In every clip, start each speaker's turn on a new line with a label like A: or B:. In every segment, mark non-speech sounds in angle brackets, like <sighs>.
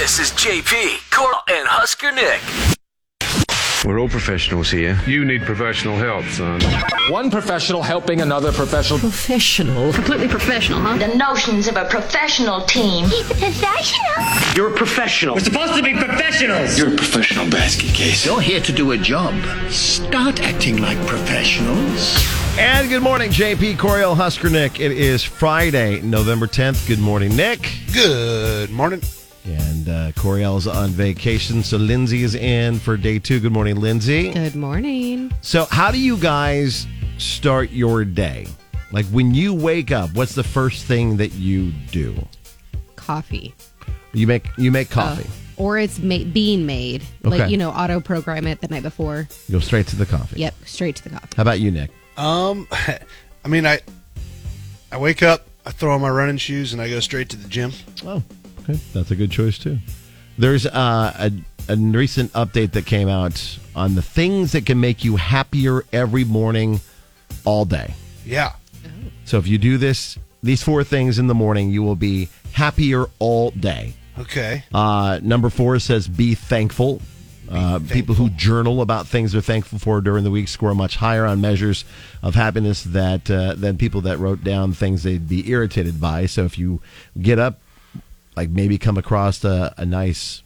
A: This is JP, Coral, and Husker Nick.
B: We're all professionals here. You need professional help, son.
C: One professional helping another professional.
D: Professional.
E: Completely professional, huh?
F: The notions of a professional team.
G: He's a professional.
H: You're a professional.
I: We're supposed to be professionals.
J: You're a professional basket case.
K: You're here to do a job. Start acting like professionals.
L: And good morning, JP Coriel Husker Nick. It is Friday, November 10th. Good morning, Nick.
M: Good morning.
L: And uh, Coriel's on vacation, so Lindsay is in for day two. Good morning, Lindsay.
D: Good morning.
L: So, how do you guys start your day? Like when you wake up, what's the first thing that you do?
D: Coffee.
L: You make you make coffee,
D: oh, or it's ma- being made.
L: Okay.
D: Like you know, auto program it the night before.
L: You go straight to the coffee.
D: Yep, straight to the coffee.
L: How about you, Nick?
M: Um, I mean, I I wake up, I throw on my running shoes, and I go straight to the gym.
L: Oh, okay, that's a good choice too. There's uh, a a recent update that came out on the things that can make you happier every morning, all day.
M: Yeah.
L: So if you do this, these four things in the morning, you will be happier all day.
M: Okay.
L: Uh, number four says be thankful. Uh,
M: Be
L: People who journal about things they're thankful for during the week score much higher on measures of happiness that uh, than people that wrote down things they'd be irritated by. So if you get up, like maybe come across a, a nice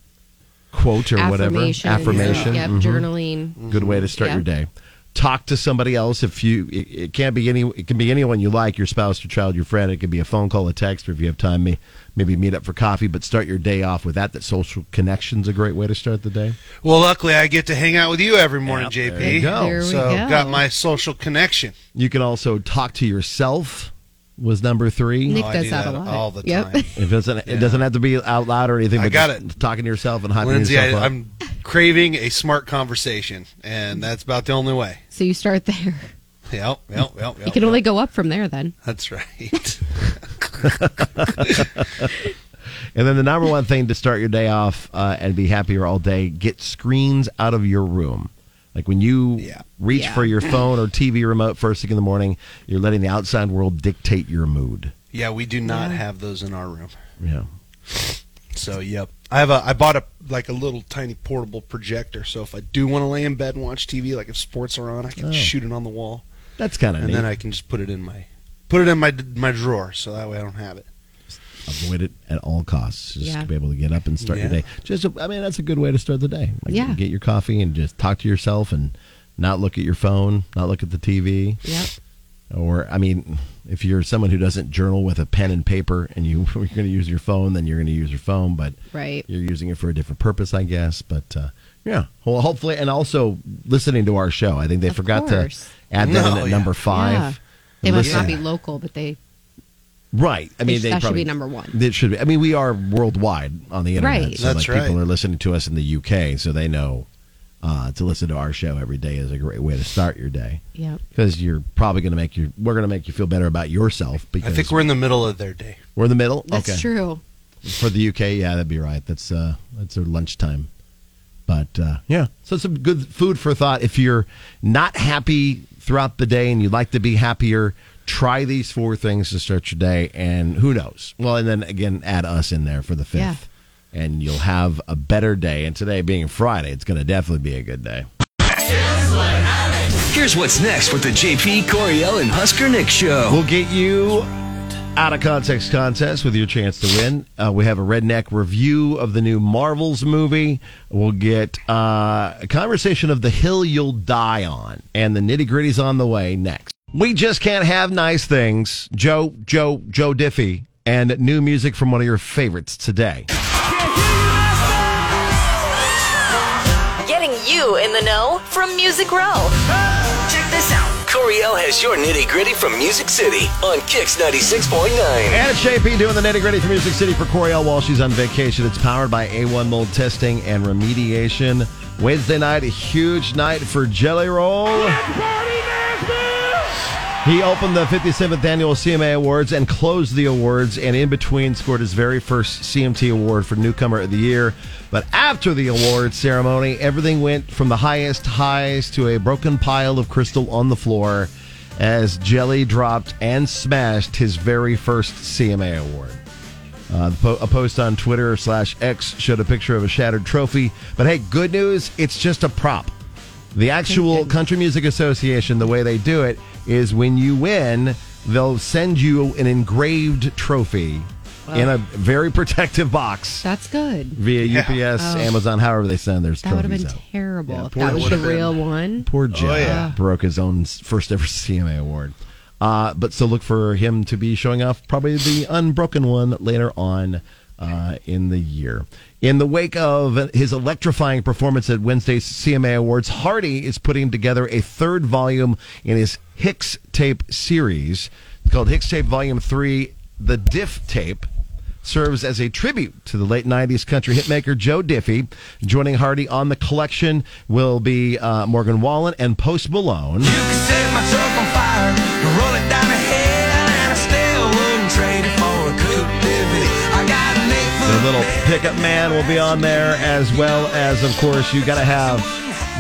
L: quote or
D: Affirmation.
L: whatever affirmation,
D: Yep,
L: mhm.
D: journaling.
L: good way to start
D: Yeah.
L: your day. Talk to somebody else if you. It, it can't be any. It can be anyone you like, your spouse, your child, your friend. It could be a phone call, a text, or if you have time, may, maybe meet up for coffee. But start your day off with that. That social connection's a great way to start the day.
M: Well, luckily, I get to hang out with you every morning,
L: Yeah,
M: JP.
L: there you go.
D: There we
M: so
D: go.
M: got my social connection.
L: You can also talk to yourself. Was number three.
D: Nick
M: Oh, I
D: does
M: do
D: that, a
M: that
D: lot.
M: all the
D: Yep. <laughs>
M: time.
L: It doesn't. It doesn't have to be out loud or anything.
M: I
L: But
M: got
L: just
M: it.
L: Talking to yourself and hyping
M: Lindsay,
L: yourself
M: I,
L: up.
M: I'm craving a smart conversation, and that's about the only way.
D: So you start there.
M: Yep, yep, yep,
D: You
M: yep.
D: can only go up from there then.
M: That's right. <laughs>
L: And then the number one thing to start your day off uh, and be happier all day: get screens out of your room. Like when you
M: Yeah.
L: reach
D: Yeah.
L: for
M: <laughs>
L: your phone or TV remote first thing in the morning, you're letting the outside world dictate your mood.
M: yeah, we do not have those in our room.
L: Yeah.
M: So, yep. I have a. I bought a like a little tiny portable projector. So if I do want to lay in bed and watch TV, like if sports are on, I can
L: Oh.
M: shoot it on the wall,
L: That's kind of
M: and
L: neat.
M: then I can just put it in my put it in my my drawer. So that way I don't have it.
L: Avoid it at all costs. Just
D: Yeah.
L: to be able to get up and start your
M: Yeah.
L: day. Just, a, I mean, that's a good way to start the day. Like
D: Yeah.
L: Get your coffee and just talk to yourself and not look at your phone, not look at the TV.
D: Yep.
L: Or, I mean, if you're someone who doesn't journal with a pen and paper and you, <laughs> you're going to use your phone, then you're going to use your phone. But
D: Right.
L: you're using it for a different purpose, I guess. But uh, yeah, well, hopefully, and also listening to our show. I think they
D: Of
L: forgot
D: course.
L: to add that in
M: No,
L: at
M: yeah.
L: number
D: Yeah.
L: five.
D: They must
L: Listen.
D: not be local, but they
L: Right. I mean,
D: Which
L: they
D: that should
L: probably-
D: be number one.
L: It should be. I mean, we are worldwide on the internet,
D: Right.
L: so
M: That's
L: like people
M: right.
L: are listening to us in the UK, so they know uh, to listen to our show every day is a great way to start your day
D: Yep.
L: because you're probably going to make you. We're going to make you feel better about yourself because
M: I think we're in the middle of their day.
L: we're in the middle.
D: That's
L: okay.
D: true.
L: for the UK. Yeah, that'd be right. That's uh, that's their lunchtime. But uh, yeah, so some good food for thought. If you're not happy throughout the day and you'd like to be happier, try these four things to start your day. And who knows? Well, and then again, add us in there for the fifth,
D: Yeah.
L: and you'll have a better day. And today being Friday, it's going to definitely be a good day.
A: Here's what's next with the JP, Coriel, and Husker Nick show.
L: We'll get you out of context contest with your chance to win. Uh, we have a redneck review of the new Marvels movie. We'll get uh, a conversation of the hill you'll die on, and the nitty gritty's on the way next. We just can't have nice things. Joe, Joe, Joe Diffie, and new music from one of your favorites today.
N: Getting you in the know from Music Row. Check this out.
A: Coriel has your nitty gritty from Music City on Kix 96.9.
L: And it's JP doing the nitty gritty for Music City for Coriel while she's on vacation. It's powered by A1 mold testing and remediation. Wednesday night, a huge night for Jelly Roll. He opened the 57th annual CMA Awards and closed the awards, and in between scored his very first CMT award for Newcomer of the Year. But after the award ceremony, everything went from the highest highs to a broken pile of crystal on the floor as Jelly dropped and smashed his very first CMA award. Uh, the po- a post on Twitter slash X showed a picture of a shattered trophy. But hey, good news, it's just a prop. The actual Country Music Association, the way they do it is when you win, they'll send you an engraved trophy in a very protective box
D: That's good.
L: via UPS,
D: Oh.
L: Amazon, however they send their
D: That would have
L: trophies
D: been
L: out.
D: terrible
L: Yeah,
D: if
L: poor
D: that was the
L: Jim.
D: real one. Oh,
L: Poor Jim
M: yeah.
L: broke his own s- first ever <laughs> CMA award. Uh, but so look for him to be showing off probably the unbroken one later on uh, in the year. In the wake of his electrifying performance at Wednesday's CMA Awards, Hardy is putting together a third volume in his Hicks Tape series called Hicks Tape Volume 3 The Diff Tape serves as a tribute to the late 90s country hitmaker Joe Diffie. Joining Hardy on the collection will be uh, Morgan Wallen and Post Malone. The little pickup man will be on there, as well as, of course, you got to have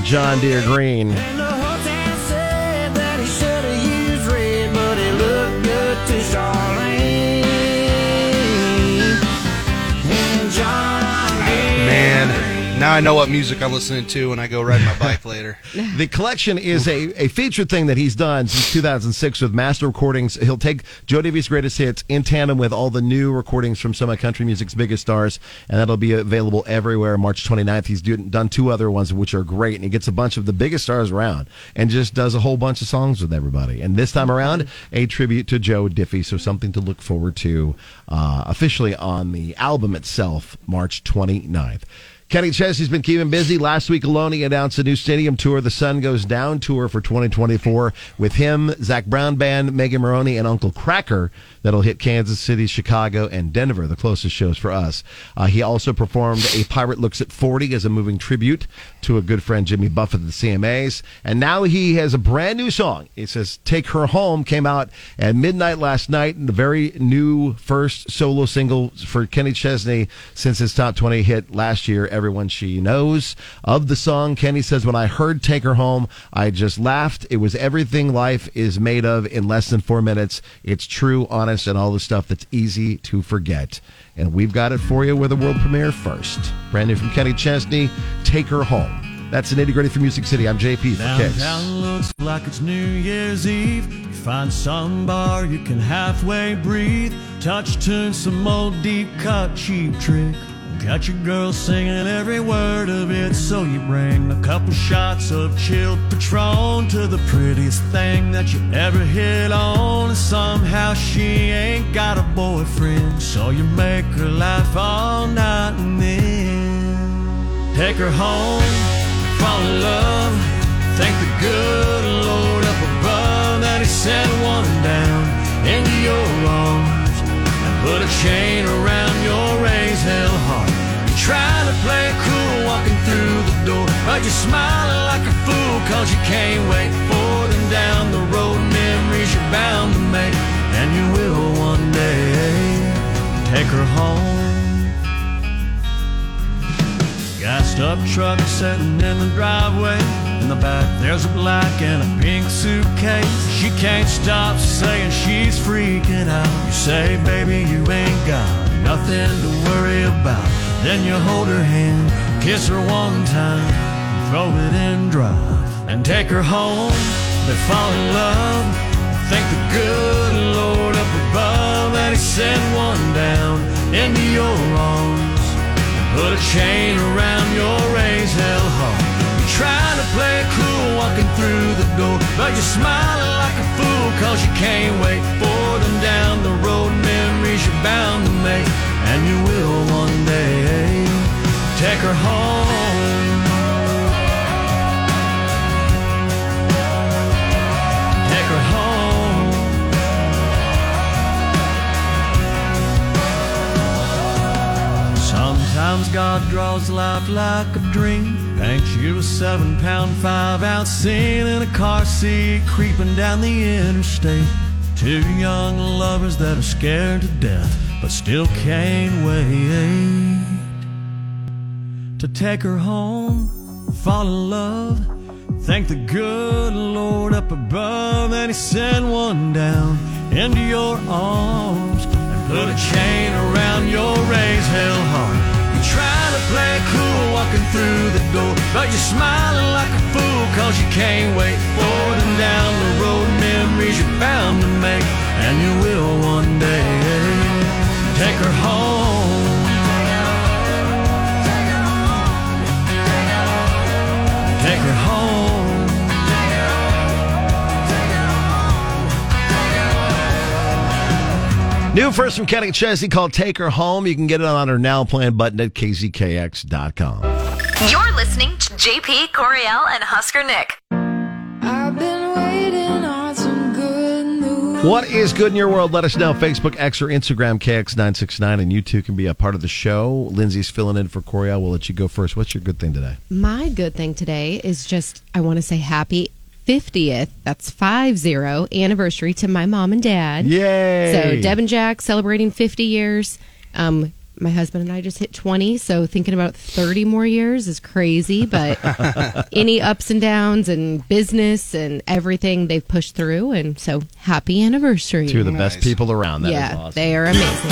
L: John Deere Green.
M: Man, now I know what music I'm listening to when I go ride my bike <laughs> later.
L: The collection is a, a featured thing that he's done since 2006 with master recordings. He'll take Joe Davies' greatest hits in tandem with all the new recordings from some of country music's biggest stars, and that'll be available everywhere March 29th. He's do, done two other ones, which are great, and he gets a bunch of the biggest stars around and just does a whole bunch of songs with everybody. And this time around, a tribute to Joe Diffie, so something to look forward to uh, officially on the album itself, March 29th. Kenny Chesney's been keeping busy. Last week alone, he announced a new stadium tour, the Sun Goes Down tour for 2024, with him, Zach Brown Band, Megan Maroney, and Uncle Cracker. That'll hit Kansas City, Chicago, and Denver, the closest shows for us. Uh, he also performed A Pirate Looks at 40 as a moving tribute to a good friend, Jimmy Buffett of the CMAs. And now he has a brand new song. It says Take Her Home, came out at midnight last night, and the very new first solo single for Kenny Chesney since his top 20 hit last year, Everyone She Knows. Of the song, Kenny says, When I heard Take Her Home, I just laughed. It was everything life is made of in less than four minutes. It's true, honest, and all the stuff that's easy to forget. And we've got it for you with a world premiere first. Brand new from Kenny Chesney, Take Her Home. That's an nitty gritty from Music City. I'm JP for Kicks.
E: Downtown looks like it's New Year's Eve. You find some bar you can halfway breathe. Touch tune some old deep cut cheap trick. Got your girl singing every word of it, so you bring a couple shots of chilled Patron to the prettiest thing that you ever hit on. And somehow she ain't got a boyfriend, so you make her laugh all night and then take her home fall in love. Thank the good Lord up above that He sent one down into your arms and put a chain around your raised hell heart. You try to play it cool walking through the door, but you're smiling like a fool cause you can't wait for them down the road. Memories you're bound to make, and you will one day take her home. Gassed up truck sitting in the driveway. In the back, there's a black and a pink suitcase. She can't stop saying she's freaking out. You say, baby, you ain't got nothing to worry about. Then you hold her hand, kiss her one time, throw it in drive, and take her home. They fall in love. Thank the good Lord up above that He sent one down into your arms. Put a chain around your raised hell home. You're trying to play it cool walking through the door, but you're smiling like a fool cause you can't wait for them down the road. Memories you're bound to make, and you will one day take her home. Take her home. Sometimes God draws life like a dream. Paints you a seven pound, five ounce scene in a car seat, creeping down the interstate. Two young lovers that are scared to death, but still can't wait to take her home, fall in love. Thank the good Lord up above that He sent one down into your arms and Put a chain around your raised hell heart. You're trying to play cool walking through the door, but you're smiling like a fool cause you can't wait for the down the road memories you're bound to make, and you will one day. Take her home. Take her home.
L: New first from Kenny Chesney called Take Her Home. You can get it on our now plan button at kzkx.com.
N: You're listening to JP, Coriel, and Husker Nick.
L: What is good in your world? Let us know. Facebook, X, or Instagram, KX969, and you too can be a part of the show. Lindsay's filling in for Coriel. We'll let you go first. What's your good thing today?
D: My good thing today is just I want to say happy 50th, that's 50 anniversary to my mom and dad.
L: Yay!
D: So Deb and Jack celebrating 50 years. Um, my husband and I just hit 20, so thinking about 30 more years is crazy,
L: <laughs>
D: but any ups and downs and business and everything they've pushed through and so happy anniversary.
L: Two of the best people around. That is
D: yeah,
L: awesome.
D: they are amazing.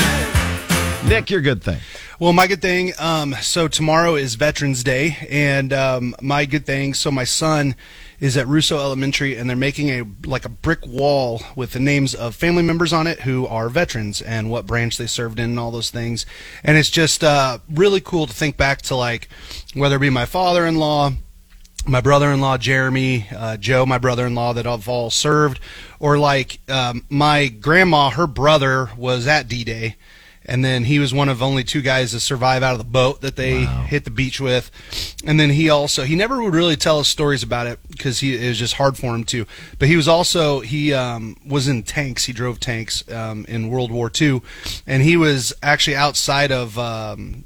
L: <laughs> Nick, your good thing.
M: Well, my good thing. Um, so tomorrow is Veterans Day, and um, my good thing. So my son is at Russo Elementary, and they're making a like a brick wall with the names of family members on it who are veterans and what branch they served in and all those things. And it's just uh, really cool to think back to like whether it be my father-in-law, my brother-in-law Jeremy, uh, Joe, my brother-in-law that have all served, or like um, my grandma, her brother was at D-Day, and then he was one of only two guys to survive out of the boat that they hit the beach with, and then he also he never would really tell us stories about it because he it was just hard for him to, but he was also he um, was in tanks, he drove tanks um, in World War II, and he was actually outside of. Um,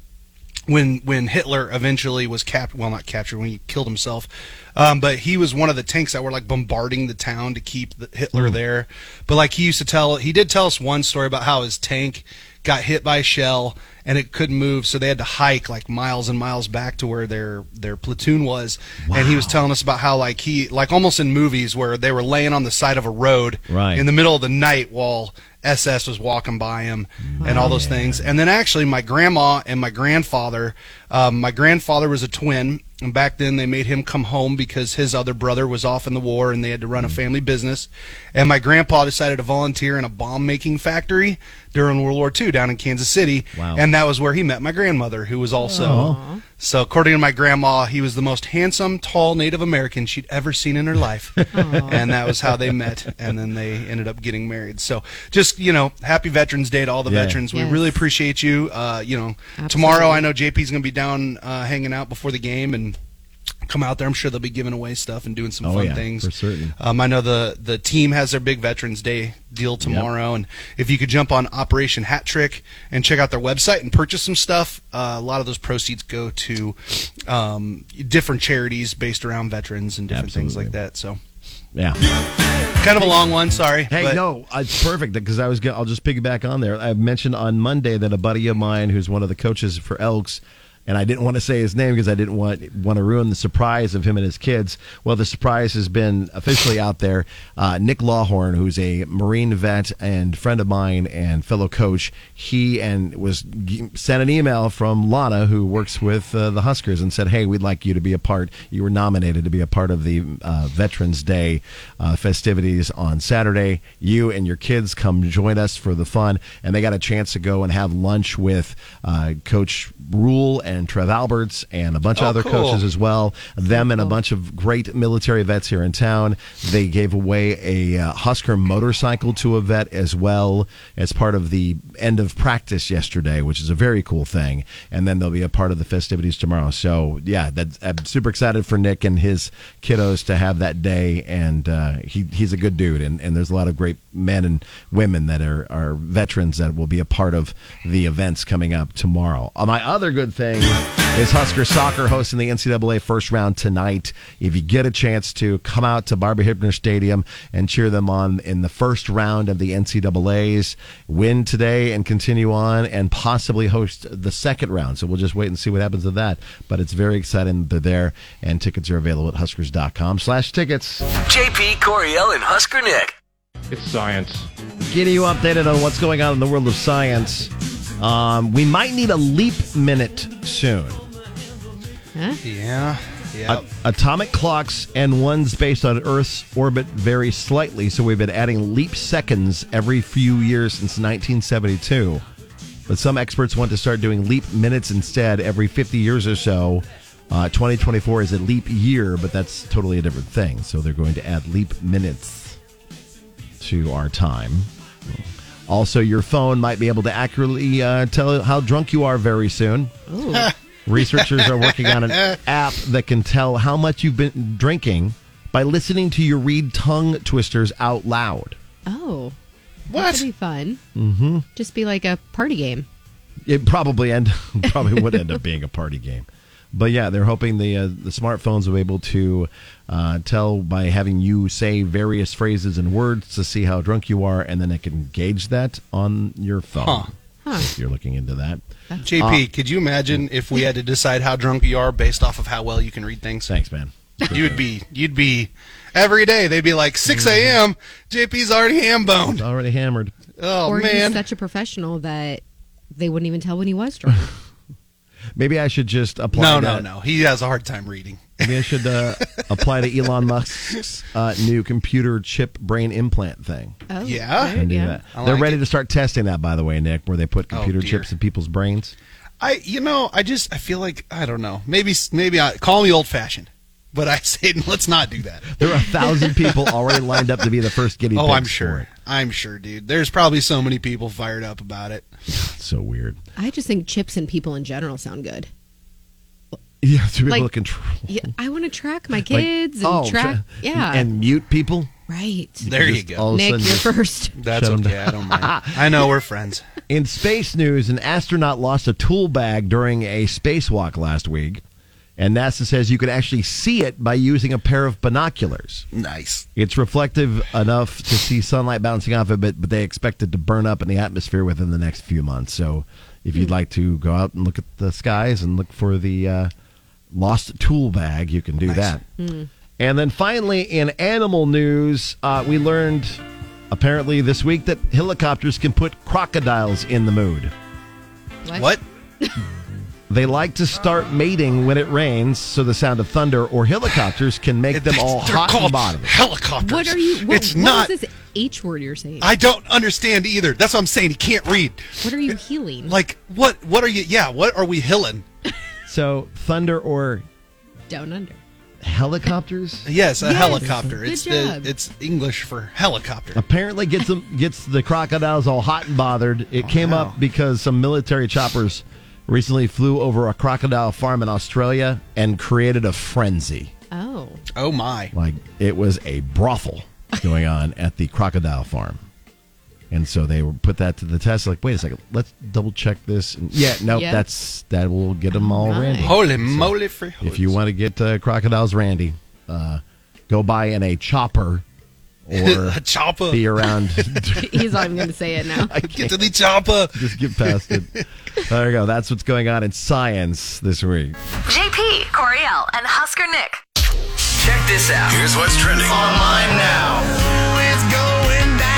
M: when when Hitler eventually was capped well not captured when he killed himself um, but he was one of the tanks that were like bombarding the town to keep the, Hitler there but like he used to tell he did tell us one story about how his tank got hit by a shell and it couldn't move so they had to hike like miles and miles back to where their their platoon was and he was telling us about how like he like almost in movies where they were laying on the side of a road
L: Right.
M: in the middle of the night while SS was walking by him and all those things. And then actually, my grandma and my grandfather, um, my grandfather was a twin. And back then, they made him come home because his other brother was off in the war and they had to run a family business. And my grandpa decided to volunteer in a bomb making factory during World War II down in Kansas City.
L: Wow.
M: And that was where he met my grandmother, who was also. So, according to my grandma, he was the most handsome, tall Native American she'd ever seen in her life. and that was how they met. And then they ended up getting married. So, just, you know, happy Veterans Day to all the
L: Yeah.
M: veterans. We
D: Yes.
M: really appreciate you. Uh, you know,
D: Absolutely.
M: tomorrow I know JP's going to be down uh, hanging out before the game and come out there. I'm sure they'll be giving away stuff and doing some
L: Oh,
M: fun
L: yeah,
M: things.
L: for certain.
M: Um, I know the, the team has their big Veterans Day deal tomorrow. And if you could jump on Operation Hat Trick and check out their website and purchase some stuff, uh, a lot of those proceeds go to um, different charities based around veterans and different things like that. So
L: Yeah.
M: kind of a long one, sorry.
L: Hey,
M: but-
L: no, uh, it's perfect because I was. Gonna, I'll just piggyback on there. I mentioned on Monday that a buddy of mine who's one of the coaches for Elks, and I didn't want to say his name because I didn't want want to ruin the surprise of him and his kids. Well, the surprise has been officially out there. Uh, Nick Lawhorn, who's a Marine vet and friend of mine and fellow coach, he and was g- sent an email from Lana, who works with uh, the Huskers, and said, "Hey, we'd like you to be a part. You were nominated to be a part of the uh, Veterans Day uh, festivities on Saturday. You and your kids come join us for the fun." And they got a chance to go and have lunch with uh, Coach Rule and Trev Alberts and a bunch of
M: Oh,
L: other
M: cool.
L: coaches as well. Them and a bunch of great military vets here in town. They gave away a uh, Husker motorcycle to a vet as well as part of the end of practice yesterday, which is a very cool thing. And then they'll be a part of the festivities tomorrow. So yeah, that's, I'm super excited for Nick and his kiddos to have that day. And uh, he he's a good dude, and, and there's a lot of great men and women that are are veterans that will be a part of the events coming up tomorrow. Uh, My other good thing is Husker soccer hosting the NCAA first round tonight. If you get a chance to come out to Barbara Hibner Stadium and cheer them on in the first round of the NCAA's, win today and continue on, and possibly host the second round. So we'll just wait and see what happens to that. But it's very exciting that they're there, and tickets are available at huskers.com/slash tickets.
A: JP, Coriel, and Husker Nick.
B: It's science.
L: getting you updated on what's going on in the world of science. Um, we might need a leap minute soon.
M: Huh? Yeah. Yep.
L: A- atomic clocks and ones based on Earth's orbit vary slightly, so we've been adding leap seconds every few years since 1972. But some experts want to start doing leap minutes instead every 50 years or so. Uh, 2024 is a leap year, but that's totally a different thing. So they're going to add leap minutes to our time. Also, your phone might be able to accurately uh, tell how drunk you are very soon. Researchers are working on an
M: <laughs>
L: app that can tell how much you've been drinking by listening to you read tongue twisters out loud.
D: Oh. What? That'd be fun.
L: Mm-hmm.
D: Just be like a party game.
L: It probably end <laughs> probably would end up being a party game. But yeah, they're hoping the uh, the smartphones will be able to uh, tell by having you say various phrases and words to see how drunk you are, and then it can gauge that on your phone.
M: Huh.
D: Huh.
L: If you're looking into that.
M: JP,
L: Uh,
M: could you imagine if we had to decide how drunk you are based off of how well you can read things?
L: Thanks, man.
M: You'd be, you'd be, every day they'd be like 6
L: Mm-hmm.
M: a.m. JP's already ham <laughs> boned.
L: already hammered.
M: Oh
D: or
M: man,
D: he's such a professional that they wouldn't even tell when he
M: <laughs>
D: was drunk.
L: Maybe I should just apply.
M: no, no,
L: that-
M: no. He has a hard time reading.
L: Maybe I should uh, apply to Elon Musk's uh, new computer chip brain implant thing.
D: Oh,
M: yeah.
L: And do that.
M: I
L: They're
M: like Oh,
L: ready to start testing that, by the way, Nick, where they put computer
M: dear.
L: chips in people's brains.
M: I, you know, I just, I feel like, I don't know. Maybe, maybe I call me old fashioned, but I say <laughs> let's not do that.
L: There are a thousand people already lined up to be the first guinea pigs.
M: Oh, I'm
L: for
M: sure.
L: it.
M: I'm sure, dude. There's probably so many people fired up about it.
L: It's so weird.
D: I just think chips and people in general sound good.
L: Yeah, to be
D: Like-
L: able to control
D: Yeah, I want to track my
L: like,
D: kids and
L: oh,
D: track.
L: tra-
D: yeah,
L: and mute people.
D: right.
M: There you
L: Just
M: go.
L: all of a
D: Nick,
L: sudden
D: you're
L: just- <laughs>
D: first.
M: That's
L: Shut 'em
M: okay. I don't mind.
L: <laughs>
M: I know we're friends.
L: In space news, an astronaut lost a tool bag during a spacewalk last week, and NASA says you can actually see it by using a pair of binoculars.
M: Nice.
L: It's reflective enough to see sunlight bouncing off of it, but they expect it to burn up in the atmosphere within the next few months. So, if you'd like to go out and look at the skies and look for the uh, lost tool bag, you can do that. And then finally, in animal news, uh, we learned apparently this week that helicopters can put crocodiles in the mood.
M: What?
L: They like to start mating when it rains, so the sound of thunder or helicopters can make them all
M: They're
L: hot and
M: called
L: bottom.
M: Helicopters.
D: What are you? What,
M: it's
D: what
M: not.
D: is this H word you're saying?
M: I don't understand either. That's what I'm saying. He can't read.
D: what
L: <laughs>
D: are you healing?
M: Like what? What are you? Yeah. What are we hilling?
L: So thunder or
D: Down under.
L: helicopters
M: Yes, a
D: Yes.
M: helicopter.
D: Good
M: it's
D: job.
M: the it's English for helicopter.
L: apparently gets them gets the crocodiles all hot and bothered. It came
M: no.
L: up because some military choppers recently flew over a crocodile farm in Australia and created a frenzy.
D: Oh,
M: Oh my.
L: Like it was a brothel going on at the crocodile farm. And so they were- put that to the test. Like, wait a second, let's double check this. And yeah, no,
D: Yeah.
L: that's that will get them all
D: my.
L: randy.
M: Holy moly! Free
L: If you want to get uh, crocodiles randy, uh, go buy in a chopper or
M: <laughs> a chopper,
L: be around
D: <laughs>
L: <laughs>
D: he's not even going to say it now.
M: get to the chopper.
L: Just get past it. there you go. That's what's going on in science this week.
N: JP, Coriel, and Husker Nick.
A: Check this out.
J: Here's what's trending online now. It's going down.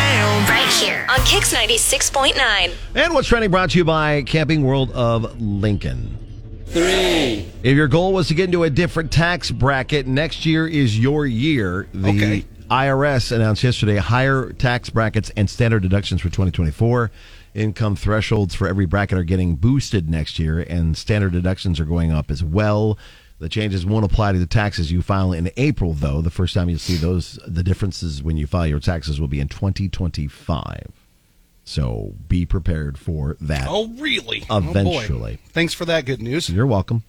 N: Right here on Kix 96.9.
L: And what's trending brought to you by Camping World of Lincoln.
I: Three.
L: If your goal was to get into a different tax bracket, next year is your year. The
M: Okay.
L: IRS announced yesterday higher tax brackets and standard deductions for 2024. Income thresholds for every bracket are getting boosted next year, and standard deductions are going up as well. The changes won't apply to the taxes you file in April, though. The first time you'll see those, the differences when you file your taxes will be in 2025. So be prepared for that.
M: Oh really? Oh, boy.
L: Eventually.
M: Thanks for that good news.
L: You're welcome.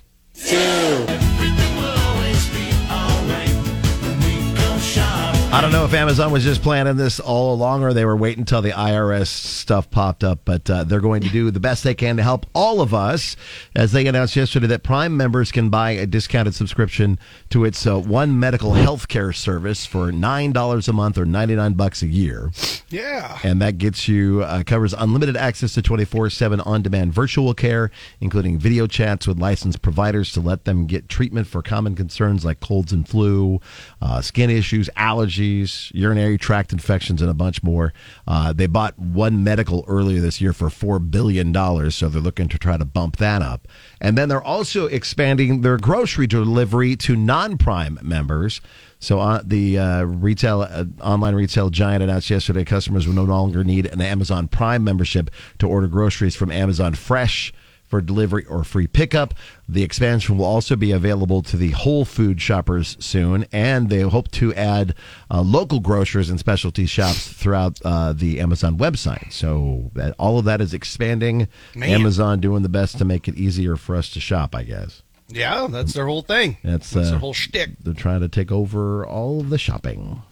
L: I don't know if Amazon was just planning this all along or they were waiting until the IRS stuff popped up, but uh, they're going to do the best they can to help all of us as they announced yesterday that Prime members can buy a discounted subscription to its uh, One Medical Healthcare service for $9 a month or 99 bucks a year.
M: Yeah.
L: And that gets you uh, covers unlimited access to 24/7 on-demand virtual care, including video chats with licensed providers to let them get treatment for common concerns like colds and flu, uh, skin issues, allergies, disease, urinary tract infections, and a bunch more. Uh, they bought One Medical earlier this year for $4 billion, so they're looking to try to bump that up. And then they're also expanding their grocery delivery to non prime members. So uh, the uh, retail uh, online retail giant announced yesterday customers will no longer need an Amazon Prime membership to order groceries from Amazon Fresh for delivery or free pickup. The expansion will also be available to the Whole Food shoppers soon, and they hope to add uh, local grocers and specialty shops throughout uh, the Amazon website. So that, all of that is expanding.
M: Man.
L: Amazon doing the best to make it easier for us to shop, I guess.
M: Yeah, that's their whole thing.
L: That's,
M: that's
L: uh,
M: their whole shtick.
L: They're trying to take over all of the shopping.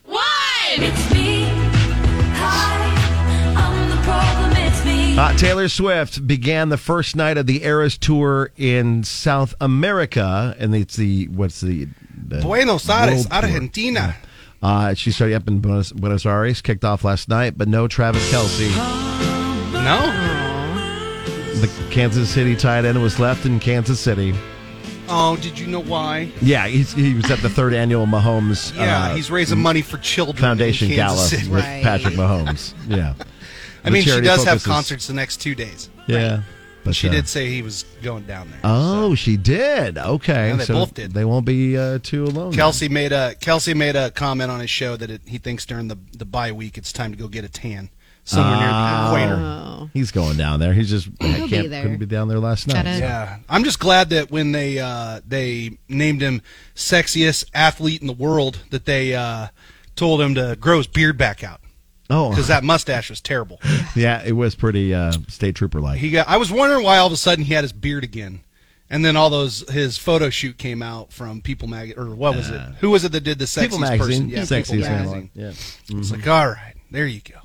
J: It's me. Hi, I'm the problem. It's me.
L: Uh, Taylor Swift began the first night of the Eras tour in South America, and it's the what's the, the
M: Buenos Aires,
L: world tour.
M: Argentina.
L: Uh, she started up in Buenos, Buenos Aires, kicked off last night, but no Travis Kelsey.
M: No?
L: The Kansas City tight end was left in Kansas City.
M: Oh, did you know why?
L: Yeah, he's, he was at the third annual Mahomes.
M: Yeah,
L: uh,
M: he's raising money for children.
L: Foundation
M: in
L: Gala
M: Kansas
L: with
M: City.
L: Patrick Mahomes. Yeah,
M: <laughs> I
L: The
M: mean, she
L: charity
M: does have
L: focuses-
M: concerts the next two days.
L: Yeah, but,
M: she
L: uh,
M: did say he was going down there.
L: Oh, she did. Okay,
M: Yeah, they
L: so
M: both did.
L: They won't be uh, too alone. then.
M: Kelsey made a Kelsey made a comment on his show that it, he thinks during the the bye week it's time to go get a tan somewhere
L: Ah.
M: near the equator.
L: Oh. He's going down there. He's just
M: He'll
L: can't,
M: be there.
L: couldn't be down there last night. so.
M: Yeah, I'm just glad that when they uh, they named him sexiest athlete in the world, that they uh, told him to grow his beard back out
L: Oh,
M: because that mustache was terrible.
L: <laughs> yeah. It was pretty uh, state trooper like.
M: He got. I was wondering why all of a sudden he had his beard again, and then all those his photo shoot came out from People Mag or what was it? Who was it that did the sexiest
L: Uh, People
M: person?
L: magazine.
M: Yeah,
L: Sexiest Mm-hmm.
M: People
L: magazine.
M: magazine.
L: Yeah.
M: It's like all right, there you go.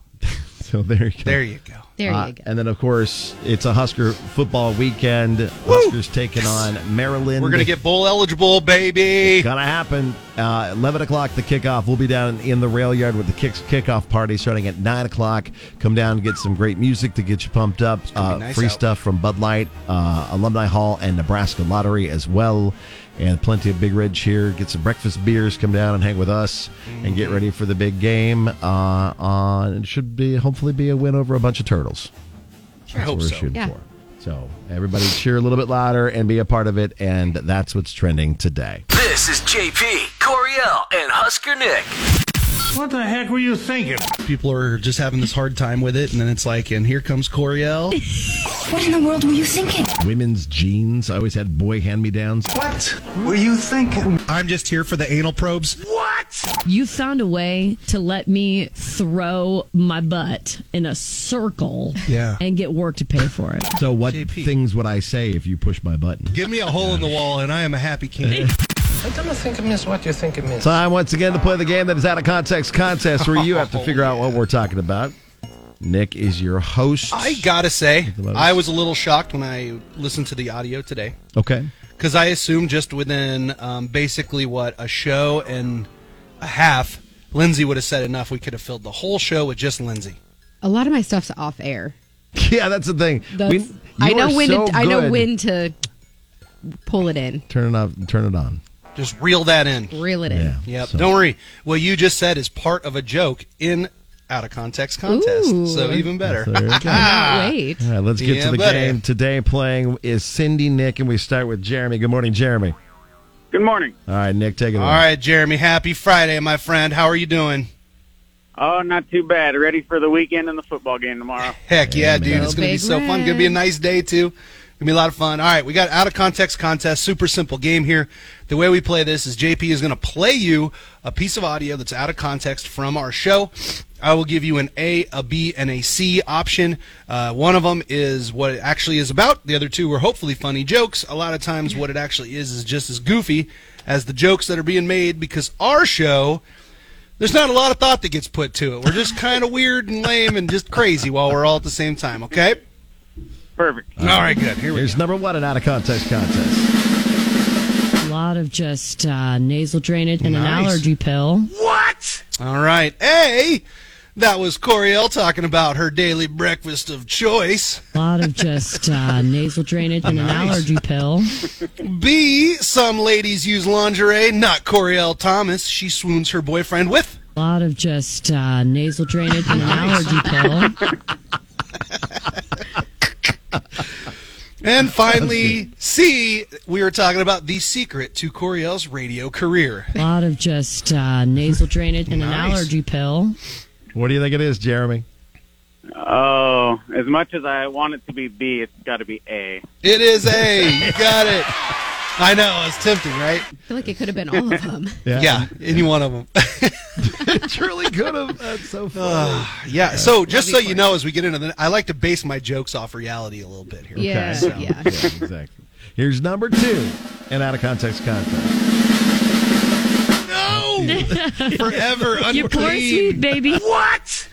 L: So there you go.
M: There you go. There you
L: go. And then of course it's a Husker football weekend. Huskers taking on Maryland.
M: We're gonna get bowl eligible, baby.
L: Gonna happen. Uh, Eleven o'clock, the kickoff. We'll be down in the rail yard with the kicks kickoff party starting at nine o'clock. Come down, and get some great music to get you pumped up. Uh,
M: nice
L: free
M: out.
L: stuff from Bud Light, uh, Alumni Hall, and Nebraska Lottery as well, and plenty of Big Red cheer. Get some breakfast beers. Come down and hang with us, and
M: Mm-hmm.
L: get ready for the big game. Uh, on it should be hopefully be a win over a bunch of turtles.
M: I hope
L: That's what we're
M: so.
L: shooting for. So everybody cheer a little bit louder and be a part of it, and that's what's trending today.
A: This is JP, Coriel, and Husker Nick.
M: What the heck were you thinking? People are just having this hard time with it, and then it's like, and here comes Coriel.
J: What in the world were you thinking?
L: Women's jeans. I always had boy hand me downs.
J: What were you thinking?
M: I'm just here for the anal probes.
G: What? You found a way to let me throw my butt in a circle
L: Yeah.
G: and get work to pay for it.
L: So what things would I say if you push my button?
M: Give me a hole in the wall, and I am a happy
L: <laughs>
M: king.
J: I don't think I miss what you think I miss.
L: Time once again to play the game that is out of context contest where you have to figure out what we're talking about. Nick is your host.
M: I gotta say,
L: most.
M: I was a little shocked when I listened to the audio today
L: Okay.
M: because I assumed just within um, basically what a show and a half, Lindsay would have said enough. We could have filled the whole show with just Lindsay.
D: A lot of my stuff's off air.
L: Yeah, that's the thing.
D: That's,
L: We- you
D: I know
L: are
D: when
L: so
D: to, I know
L: good.
D: when to pull it in,
L: Turn it off. Turn it on.
M: Just reel that in.
D: reel it in.
M: Yep.
L: so-
M: Don't worry. What you just said is part of a joke in out of context contest.
D: Ooh.
M: So even better.
L: There you go. Ah.
D: Cannot wait.
L: All right, let's get
M: Yeah,
L: to the
M: buddy.
L: game. Today playing is Cindy, Nick, and we start with Jeremy. Good morning, Jeremy.
H: Good morning.
L: All right, Nick, take it
M: All
L: away.
M: right, Jeremy. Happy Friday, my friend. How are you doing?
H: Oh, not too bad. Ready for the weekend and the football game tomorrow.
M: Heck yeah, dude.
H: man.
M: It's going to be
H: Big
M: so fun. Going to be a nice day, too. Going to be a lot of fun. All right, we got out of context contest. Super simple game here. The way we play this is JP is going to play you a piece of audio that's out of context from our show. I will give you an A, a B, and a C option. Uh, one of them is what it actually is about. The other two were hopefully funny jokes. A lot of times, what it actually is is just as goofy as the jokes that are being made because our show there's not a lot of thought that gets put to it. We're just kind of weird and lame and just crazy while we're all at the same time, okay?
H: Perfect.
M: All right, good. Here we
L: Here's number one, an out of context contest.
G: A lot of just uh, nasal drainage and an
M: Nice.
G: allergy pill.
M: What? All right. A, that was Coriel talking about her daily breakfast of choice.
G: A lot of just uh, nasal drainage and an
M: Nice.
G: allergy pill.
M: B, some ladies use lingerie, not Coriel Thomas. She swoons her boyfriend with.
G: A lot of just uh, nasal drainage and an allergy pill.
M: And finally, C, we were talking about the secret to Coriel's radio career.
G: A lot of just uh, nasal drainage and an
M: Nice.
G: allergy pill.
L: What do you think it is, Jeremy?
H: Oh, as much as I want it to be B, it's got to be A.
M: It is A. You got it. I know. It's tempting, right?
D: I feel like it could have been all of
L: <laughs>
D: them.
M: Yeah, any one of them.
L: it really could have. That's so funny.
M: yeah. So just so you know, as we get into the, I like to base my jokes off reality a little bit here.
L: Yeah,
M: So-
L: <laughs> yeah. exactly. Here's number two, an out of context contest.
M: No! <laughs> Forever
J: <laughs>
M: unclean.
J: You poor sweet
G: baby.
M: What?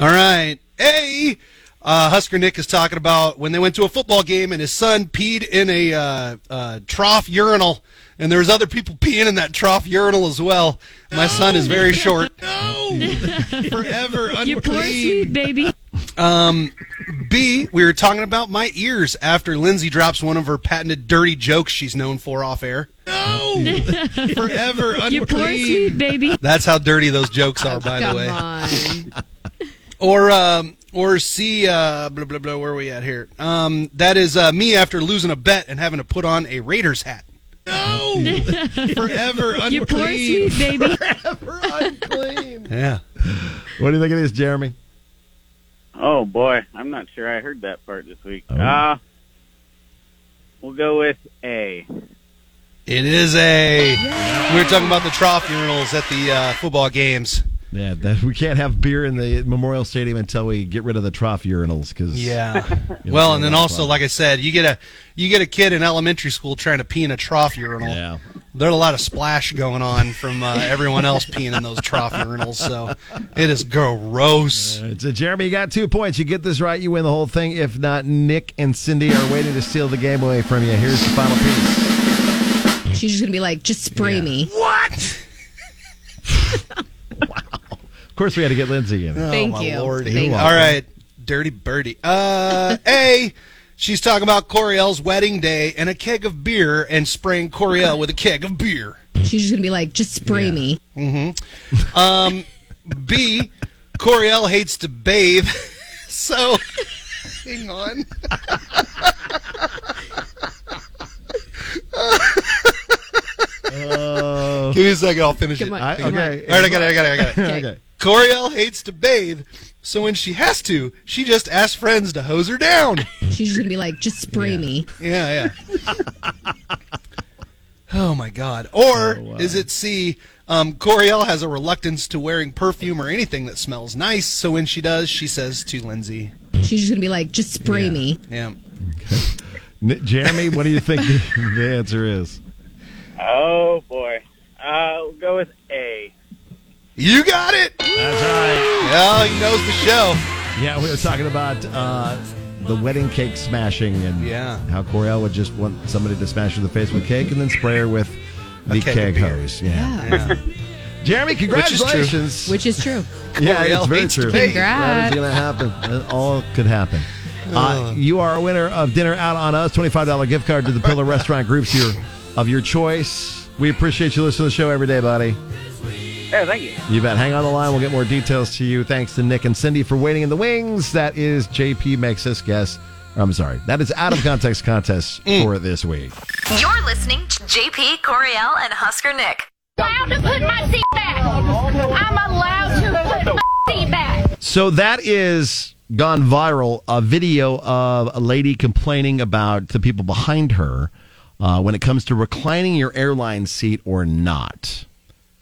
M: All right. A. Uh, Husker Nick is talking about when they went to a football game and his son peed in a uh, uh, trough urinal, and there was other people peeing in that trough urinal as well. My son is
J: <laughs>
M: very short. <laughs> Forever
J: You poor
M: unclean.
J: sweet
G: baby.
M: Um, B, we were talking about my ears after Lindsay drops one of her patented dirty jokes she's known for off air. <laughs> Forever
J: <laughs> You poor sweet
G: baby.
M: That's how dirty those jokes are, by the
J: Come
M: way.
J: on.
M: Or um, or C, uh, blah blah blah. Where are we at here? Um, that is uh, me after losing a bet and having to put on a Raiders hat. <laughs> Forever unclean.
J: <laughs> You poor sweet baby.
L: Forever unclean.
M: Yeah.
L: What do you think it is, Jeremy?
H: Oh boy, I'm not sure I heard that part this week.
L: Oh,
H: Uh, we'll go with A.
M: It is a. We were talking about the trough urinals at the uh, football games.
L: Yeah, that, we can't have beer in the Memorial Stadium until we get rid of the trough urinals. Because
M: Yeah. well, and then also, like I said, you get a you get a kid in elementary school trying to pee in a trough urinal.
L: Yeah.
M: There's a lot of splash going on from
L: <laughs>
M: uh, everyone else peeing in those trough urinals, so it is gross.
L: So Jeremy, you got two points. You get this right, you win the whole thing. If not, Nick and Cindy are waiting to steal the game away from you. Here's the final piece.
D: She's just gonna be like, just spray me.
M: What?
L: Of course, we had to get Lindsay in.
M: Oh, my Lord.
L: You're welcome.
M: All right, dirty birdie. Uh, a. She's talking about Coriel's wedding day and a keg of beer and spraying Coriel with a keg of beer.
D: She's just gonna be like, just spray me.
M: Mm-hmm. Um, B. Coriel hates to bathe, <laughs> so Hang on. Give me a second. I'll finish
J: Come
M: it.
J: on, I- come
M: okay.
J: okay.
M: All right, I got it. I got it. I got it.
J: Okay. Okay.
M: Coriel hates to bathe, so when she has to, she just asks friends to hose her down.
D: She's just gonna be like, just spray me.
M: Yeah, yeah. <laughs> oh my God. Or is it C? Um, Coriel has a reluctance to wearing perfume or anything that smells nice, so when she does, she says to Lindsay,
D: She's just gonna be like, just spray me.
M: "Yeah,
L: N- Jeremy, what do you think the <laughs> the answer is?
H: Oh boy, uh, we'll go with A.
M: you got it." That's right. Yeah, he knows the show.
L: Yeah, we were talking about uh, the wedding cake smashing and
M: Yeah.
L: how Coriel would just want somebody to smash her in the face with cake and then spray her with the
M: keg of
L: keg
M: beer.
L: hose. Yeah.
M: Yeah.
L: <laughs> Jeremy, congratulations.
D: Which is true.
L: Yeah, it's very true. That
D: Congrats.
L: is going to happen. That all could happen. Uh, you are a winner of dinner out on us, $25 gift card to the Pillar Restaurant Groups here of your choice. We appreciate you listening to the show every day, buddy.
H: Yeah, thank you.
L: You bet. Hang on the line. We'll get more details to you. Thanks to Nick and Cindy for waiting in the wings. That is JP Makes Us Guess. I'm sorry. That is out of context contest
H: Mm.
L: for this week.
N: You're listening to JP Coriel and Husker Nick.
J: Allowed to put my seat back. I'm allowed to put my seat back.
L: So that is gone viral a video of a lady complaining about the people behind her uh, when it comes to reclining your airline seat or not.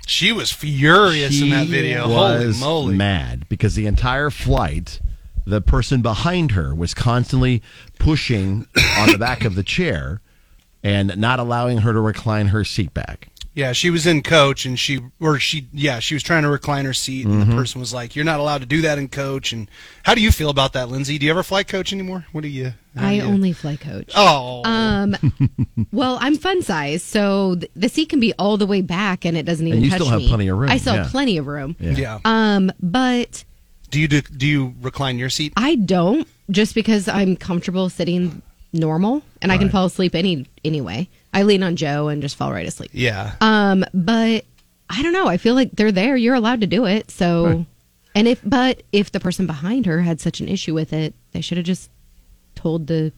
M: She was furious in that
L: She
M: video. Holy
L: Was
M: moly!
L: Mad because the entire flight, the person behind her was constantly pushing <coughs> on the back of the chair and not allowing her to recline her seat back.
M: Yeah, she was in coach, and she or she yeah she was trying to recline her seat, and the
L: Mhm.
M: person was like, "You're not allowed to do that in coach." And how do you feel about that, Lindsay? Do you ever fly coach anymore? What do you? how do
D: I
M: you-
D: only fly coach.
M: Oh. <laughs>
D: Um. well, I'm fun size, so th- the seat can be all the way back, and it doesn't even
L: you
D: touch
L: still have
D: me.
L: plenty of room,
D: I still
M: yeah.
D: have plenty of room.
M: Yeah. Yeah.
D: Um. But
M: Do you do, do you recline your seat?
D: I don't just because I'm comfortable sitting normal, and I can fall asleep any anyway. I lean on Joe and just fall right asleep.
M: Yeah.
D: Um, but I don't know. I feel like they're there. You're allowed to do it. So,
O: Right.
D: and if, but if the person behind her had such an issue with it, they should have just told the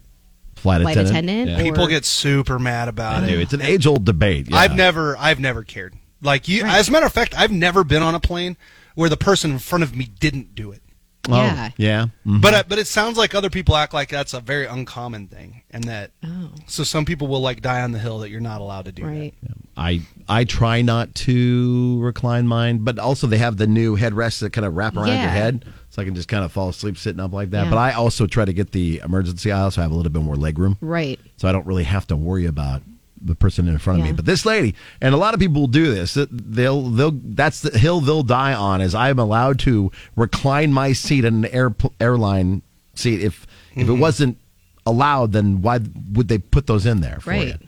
L: Flight,
D: attendant. or-
M: People get super mad about
L: I
M: it.
L: do. It's an age old debate. yeah.
M: I've never, I've never cared. Like you, as a matter of fact, I've never been on a plane where the person in front of me didn't do it.
L: Oh, yeah. Mhm.
M: But uh, but it sounds like other people act like that's a very uncommon thing, and that
D: Oh,
M: so some people will like die on the hill that you're not allowed to do. Right.
L: I I try not to recline mine, but also they have the new headrests that kind of wrap around your
M: Yeah.
L: head, so I can just kind of fall asleep sitting up like that.
D: Yeah.
L: But I also try to get the emergency aisle, so I have a little bit more leg room,
D: Right.
L: so I don't really have to worry about the person in front of
D: Yeah.
L: me. But this lady, and a lot of people will do this. that They'll they'll that's the hill they'll die on is I'm allowed to recline my seat in an air, airline seat if if
D: Mm-hmm.
L: it wasn't allowed, then why would they put those in there? For you?
D: Right.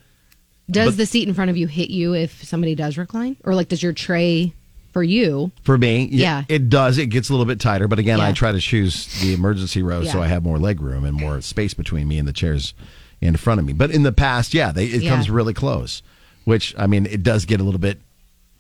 D: Does
L: But-
D: the seat in front of you hit you if somebody does recline? Or like does your tray for you?
L: For me, y-
D: Yeah.
L: it does. It gets a little bit tighter, but again, I
D: Yeah.
L: try to choose the emergency row so
D: Yeah.
L: I have more leg room and more space between me and the chairs in front of me. But in the past, yeah, they, it
D: Yeah.
L: comes really close, which I mean, it does get a little bit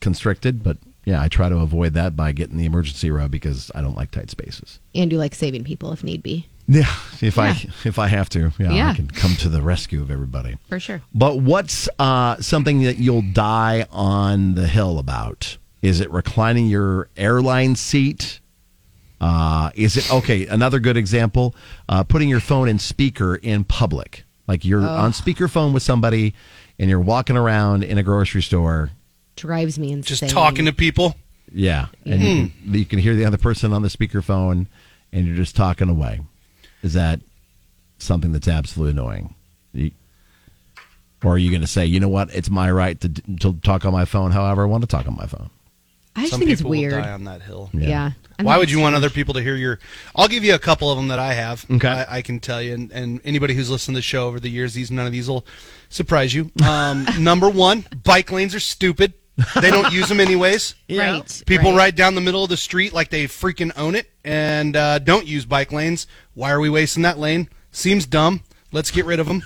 L: constricted, but yeah, I try to avoid that by getting the emergency row because I don't like tight spaces.
D: And you like saving people if need be.
L: Yeah, if
D: Yeah.
L: I if I have to, yeah, I
D: Yeah.
L: can come to the rescue of everybody.
D: For sure.
L: But what's uh, something that you'll die on the hill about? Is it reclining your airline seat? Uh, is it okay? Another good example: uh, putting your phone in speaker in public, like you're
D: Ugh.
L: on speakerphone with somebody, and you're walking around in a grocery store.
D: Drives me insane.
M: Just talking to people.
L: Yeah, and
D: Hmm.
L: you, can, you can hear the other person on the speakerphone, and you're just talking away. Is that something that's absolutely annoying? You- or are you going to say, you know what, it's my right to, to talk on my phone however I want to talk on my phone?
D: I just
M: Some
D: think it's
M: people will
D: weird.
M: die on that hill.
D: Yeah. Yeah. I
M: Why
D: think
M: would you
D: it's
M: want other people to hear your? I'll give you a couple of them that I have.
L: Okay.
M: I, I can tell you, and, and anybody who's listened to the show over the years, these none of these will surprise you. Um, number one, bike lanes are stupid. They don't use them anyways.
D: Yeah. Right,
M: People
D: right.
M: ride down the middle of the street like they freaking own it, and uh, don't use bike lanes. Why are we wasting that lane? Seems dumb. Let's get rid of them.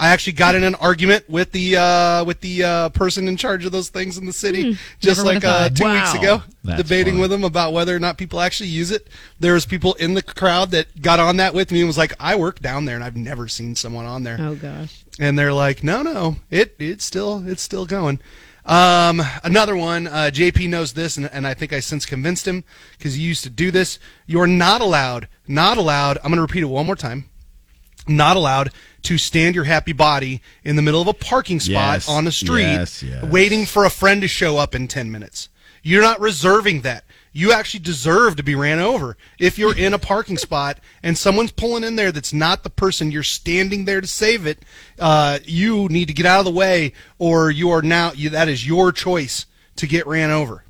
M: I actually got in an argument with the uh, with the uh, person in charge of those things in the city just
L: Hmm, never
M: like
L: would've
M: uh,
L: thought.
M: two
L: Wow.
M: weeks ago
L: That's
M: debating
L: funny.
M: with him about whether or not people actually use it. There was people in the crowd that got on that with me and was like, "I work down there and I've never seen someone on there."
D: Oh gosh.
M: And they're like, "No, no, it it's still it's still going." Um, another one. Uh, JP knows this, and, and I think I since convinced him because he used to do this. You're not allowed, not allowed. I'm going to repeat it one more time. Not allowed to stand your happy body in the middle of a parking spot
L: Yes,
M: on a street,
L: yes, yes.
M: waiting for a friend to show up in 10 minutes. You're not reserving that. You actually deserve to be ran over. If you're in a parking spot and someone's pulling in there that's not the person you're standing there to save it, uh, you need to get out of the way or you are now, you, that is your choice to get ran over.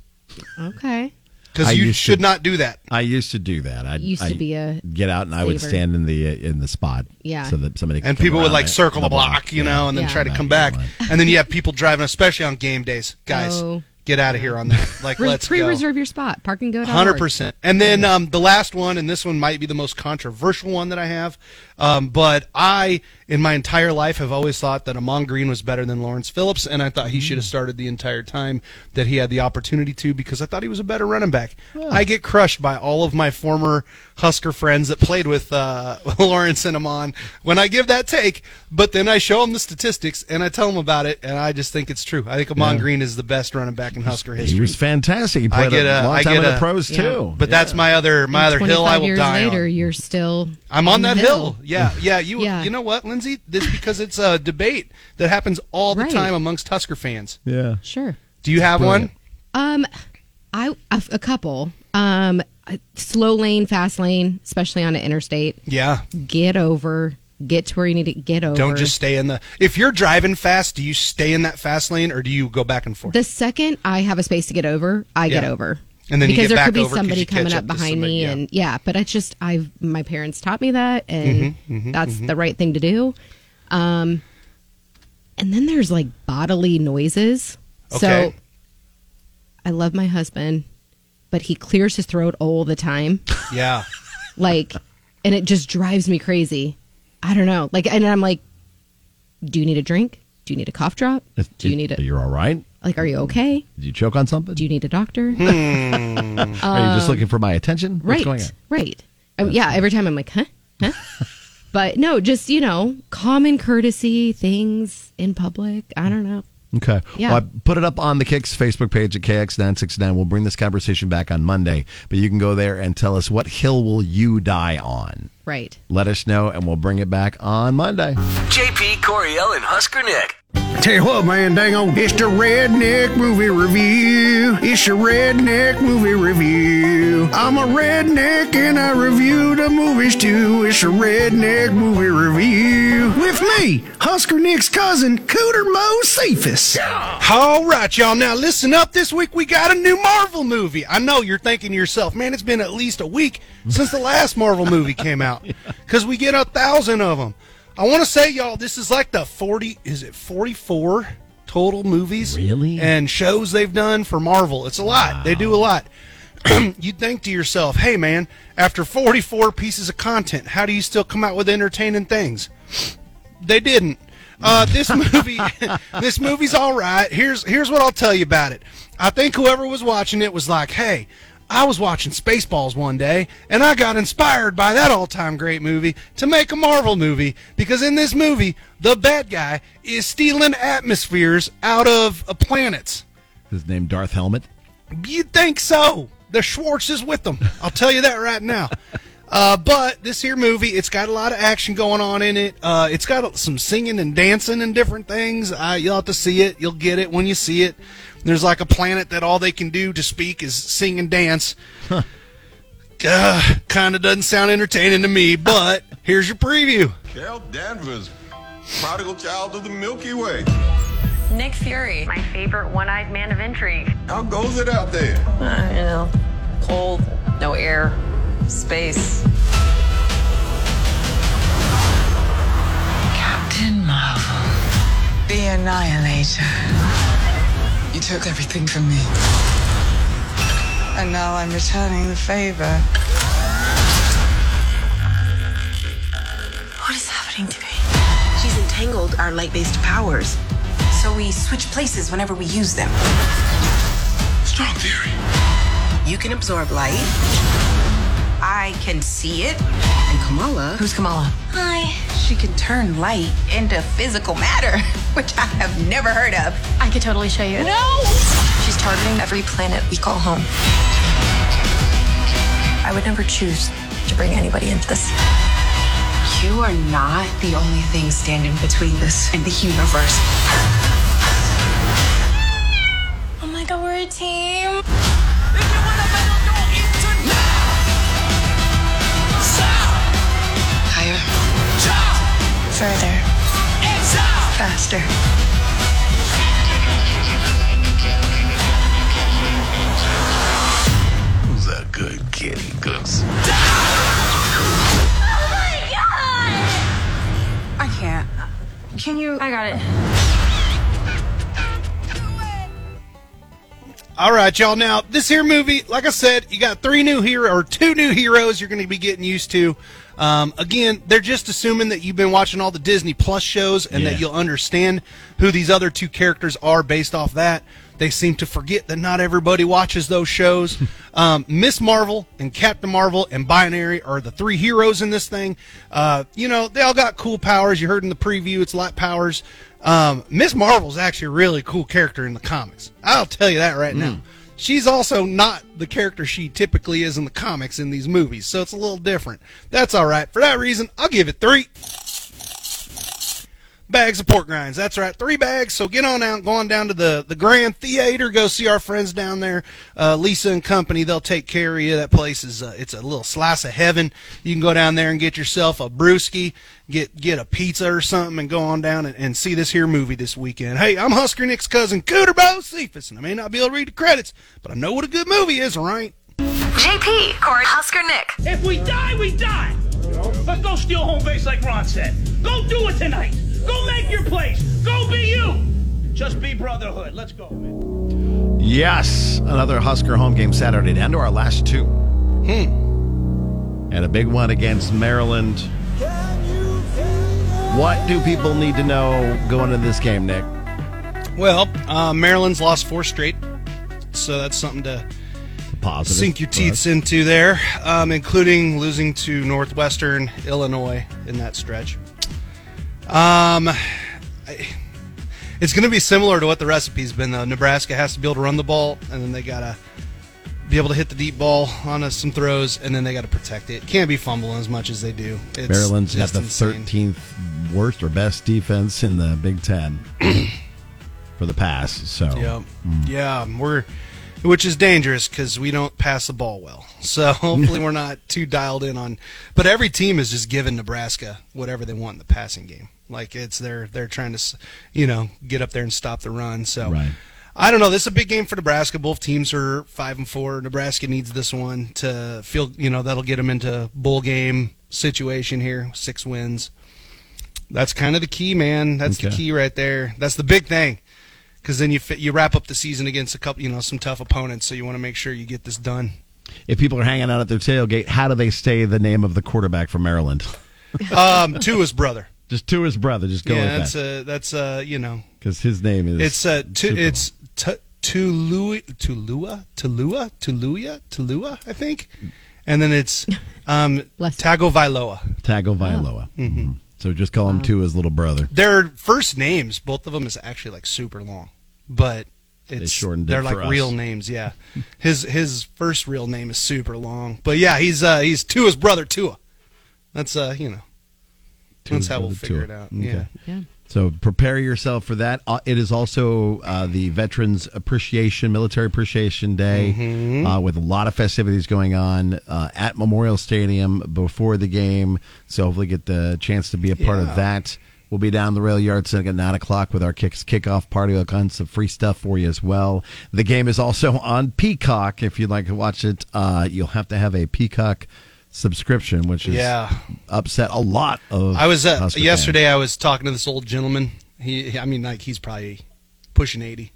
D: Okay.
L: I
M: Because you
L: used to-
M: should not do that.
L: I used to do that. I
D: Used to be a
L: get out and I would
D: saver.
L: stand in the in the spot,
D: Yeah.
L: so that somebody could
M: And
L: come
M: people would
L: around
M: like
L: it-
M: circle the block, you know, and then
D: Yeah.
M: try to come back. And then you have people driving, especially on game days. Guys,
D: Oh.
M: get out of here on that. Like,
D: Re-
M: let's go.
D: pre-reserve your spot. Park and go.
M: Hundred percent. And then um, the last one, and this one might be the most controversial one that I have, um, but I, in my entire life, have always thought that Amon Green was better than Lawrence Phillips, and I thought he should have started the entire time that he had the opportunity to because I thought he was a better running back. I get crushed by all of my former Husker friends that played with uh, <laughs> Lawrence and Amon when I give that take, but then I show them the statistics and I tell them about it, and I just think it's true. I think Amon
L: Yeah.
M: Green is the best running back in Husker history.
L: He was fantastic. He played a long time in the pros too.
M: But that's my other my other hill I will
D: years
M: die
D: later,
M: on.
D: you're still.
M: I'm on
D: the
M: that hill. Yeah, yeah. You
D: <laughs> Yeah.
M: you know what, Lindsay? This because it's a debate that happens all the
D: Right.
M: time amongst Husker fans.
L: Yeah.
D: Sure.
M: Do you have one?
D: Um, I a, a couple. Um, slow lane, fast lane, especially on an interstate.
M: Yeah.
D: Get over. Get to where you need to get over.
M: Don't just stay in the. If you're driving fast, do you stay in that fast lane or do you go back and forth?
D: The second I have a space to get over, I get
M: Yeah.
D: over.
M: And then you
D: because
M: get back
D: there could be
M: over 'cause
D: somebody
M: you catch
D: coming
M: up
D: up
M: to
D: behind
M: somebody,
D: me,
M: yeah.
D: and yeah, but it's just I've my parents taught me that,
M: Mhm,
D: and
M: mhm,
D: that's
M: mhm.
D: the right thing to do. Um, and then there's like bodily noises.
M: Okay.
D: So I love my husband, but he clears his throat all the time,
M: Yeah.
D: like, and it just drives me crazy. I don't know, like, and I'm like, do you need a drink? Do you need a cough drop? Do you need a?
L: You're all right.
D: Like, are you okay?
L: Did you choke on something?
D: Do you need a doctor?
M: Hmm.
L: Are you just looking for my attention? What's
D: Um, right,
L: going on?
D: right. Um, yeah, every time I'm like, huh, huh.
L: <laughs>
D: but no, just you know, common courtesy things in public. I don't know.
L: Okay.
D: Yeah.
L: Well, I put it up on the Kicks Facebook page at KX969. We'll bring this conversation back on Monday, but you can go there and tell us what hill will you die on.
D: Right.
L: Let us know, and we'll bring it back on Monday.
A: JP Coriel and Husker Nick.
O: Tell you what, man, dang on. It's the Redneck Movie Review. It's the Redneck Movie Review. I'm a redneck and I review the movies too. It's the Redneck Movie Review. With me, Husker Nick's cousin, Cooter Mo Cephas.
M: All right, y'all. Now listen up. This week we got a new Marvel movie. I know you're thinking to yourself, man, it's been at least a week since the last Marvel movie came out because we get a thousand of them. I want to say, y'all, this is like the 40, is it 44 total movies? Really? And shows they've done for Marvel. It's a lot. They do a lot. <clears throat> You'd think to yourself, hey, man, after 44 pieces of content, how do you still come out with entertaining things? They didn't. Uh, this movie, this movie's all right. Here's here's what I'll tell you about it. I think whoever was watching it was like, "Hey, I was watching Spaceballs one day, and I got inspired by that all-time great movie to make a Marvel movie because in this movie, the bad guy is stealing atmospheres out of uh, planets.
L: His name Darth Helmet.
M: You'd think so. The Schwartz is with them. I'll tell you that right now. Uh, but this here movie, it's got a lot of action going on in it. Uh, it's got some singing and dancing and different things. Uh, you'll have to see it. You'll get it when you see it. There's like a planet that all they can do to speak is sing and dance. Uh, kind of doesn't sound entertaining to me, but here's your preview.
P: Carol Danvers, prodigal child of the Milky Way.
Q: Nick Fury, my favorite one-eyed man of intrigue.
P: How goes it out there?
Q: Uh, you know, cold, no air, space.
R: Captain Marvel, the Annihilator. You took everything from me. And now I'm returning the favor.
S: What is happening to me? She's entangled our light based powers, so we switch places whenever we use them.
P: Strong theory.
S: You can absorb light, I can see it, and Kamala. Who's Kamala? Hi. She can turn light into physical matter, <laughs> which I have never heard of.
Q: I could totally show you.
S: No!
Q: She's targeting every planet we call home. I would never choose to bring anybody into this.
R: You are not the only thing standing between us and the universe.
S: Oh my god, we're a team.
R: Higher,
S: Further. Faster.
P: Who's that good kid he cooks?
R: Oh I can't. Can you? I got it.
M: All right, y'all. Now, this here movie, like I said, you got three new hero or two new heroes you're going to be getting used to. Um, again, they're just assuming that you've been watching all the Disney Plus shows and
T: Yeah.
M: that you'll understand who these other two characters are based off that. They seem to forget that not everybody watches those shows. um, Miss Marvel and Captain Marvel and Binary are the three heroes in this thing. Uh, you know, they all got cool powers. You heard in the preview, it's light powers. Um, Miss Marvel's actually a really cool character in the comics. I'll tell you that right now. She's also not the character she typically is in the comics in these movies, so it's a little different. That's all right. For that reason, I'll give it three bags of pork grinds. That's right, three bags. So get on out, go on down to the the Grand Theater. Go see our friends down there, uh, Lisa and company. They'll take care of you. That place is uh, it's a little slice of heaven. You can go down there and get yourself a brewski, get get a pizza or something, and go on down and, and see this here movie this weekend. Hey, I'm Husker Nick's cousin Cooter Bo Cephas, and I may not be able to read the credits, but I know what a good movie is, all right?
I: JP, Corey, Husker Nick. If we die, we die. But go steal home base like Ron said. Go do it tonight. Go make your place. Go be you. Just be brotherhood. Let's go, man.
L: Yes, another Husker home game Saturday down to our last two. Hmm. And a big one against Maryland. What do people need to know going into this game, Nick?
M: Well, uh, Maryland's lost four straight, so that's something to
L: Positive.
M: sink your
L: for
M: teeth
L: us.
M: into there, um, including losing to Northwestern Illinois in that stretch. Um, I- it's going to be similar to what the recipe's been though. Nebraska has to be able to run the ball, and then they gotta be able to hit the deep ball on us some throws, and then they gotta protect it. Can't be fumbling as much as they do. It's
L: Maryland's got
M: just
L: the
M: insane.
L: 13th worst or best defense in the Big Ten <clears throat> for the pass. So
M: Yeah, yeah, we're which is dangerous because we don't pass the ball well. <laughs> So hopefully we're not too dialed in on. But every team is just giving Nebraska whatever they want in the passing game. Like it's they're they're trying to, s- you know, get up there and stop the run. So. I don't know. This is a big game for Nebraska. Both teams are five and four. Nebraska needs this one to feel, you know, that'll get them into bowl game situation here. Six wins. That's kind of the key, man. That's the
L: Okay.
M: key right there. That's the big thing, because then you fit, you wrap up the season against a couple, you know, some tough opponents. So you want to make sure you get this done.
L: if people are hanging out at their tailgate, how do they say the name of the quarterback from Maryland? <laughs>
M: Um, to his brother.
L: Just to his brother. Just go
M: yeah,
L: with
M: that's
L: that
M: a that's a you know
L: because his name is
M: It's uh, tu-
L: Super
M: it's tu- Tulua, Tulua, Tulua, Tulua, Tulua, I think, and then it's um, Tagovailoa.
L: Tagovailoa.
M: hmm
L: So just call him to his little brother.
M: Their first names, both of them, is actually like super long, but it's they
L: shortened it
M: They're like
L: for us.
M: real names, yeah. His his first real name is super long, but yeah, he's uh, he's Tua's brother Tua. That's uh, you know,
L: To
M: that's
L: his
M: how we'll
L: brother,
M: figure
L: Tua.
M: it out.
L: Okay.
M: Yeah.
L: So prepare yourself for that. Uh, It is also uh, the Veterans Appreciation, Military Appreciation Day,
M: Mhm.
L: uh, with a lot of festivities going on uh, at Memorial Stadium before the game. So hopefully, get the chance to be a part
M: Yeah.
L: of that. We'll be down the rail yard setting at nine o'clock with our kicks kickoff party. We'll have some free stuff for you as well. The game is also on Peacock. If you'd like to watch it, uh, you'll have to have a Peacock subscription, which is
M: Yeah.
L: upset a lot of.
M: I was uh,
L: Husker fans.
M: yesterday. I was talking to this old gentleman. He, I mean, like he's probably pushing eighty,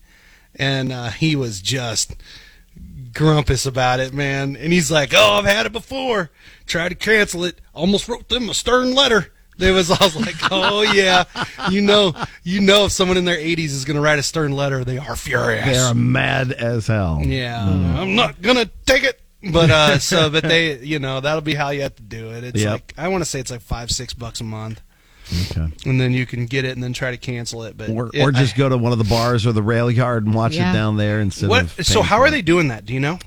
M: and uh, he was just grumpus about it, man. And he's like, "Oh, I've had it before. Tried to cancel it. Almost wrote them a stern letter." There was, I was like, <laughs> "Oh yeah, you know, you know, if someone in their eighties is going to write a stern letter, they are Mm. furious."
L: They're mad as hell.
M: Yeah, I'm not gonna take it. But uh, so, but they, you know, that'll be how you have to do it. It's
L: Yep.
M: like I want to say it's like five, six bucks a month,
L: Okay.
M: and then you can get it and then try to cancel it. But
L: Or,
M: it-
L: or just go to one of the bars or the rail yard and watch
M: Yeah.
L: it down there
M: I-
L: instead
M: what?
L: of.
M: So how are they doing that? Do you know?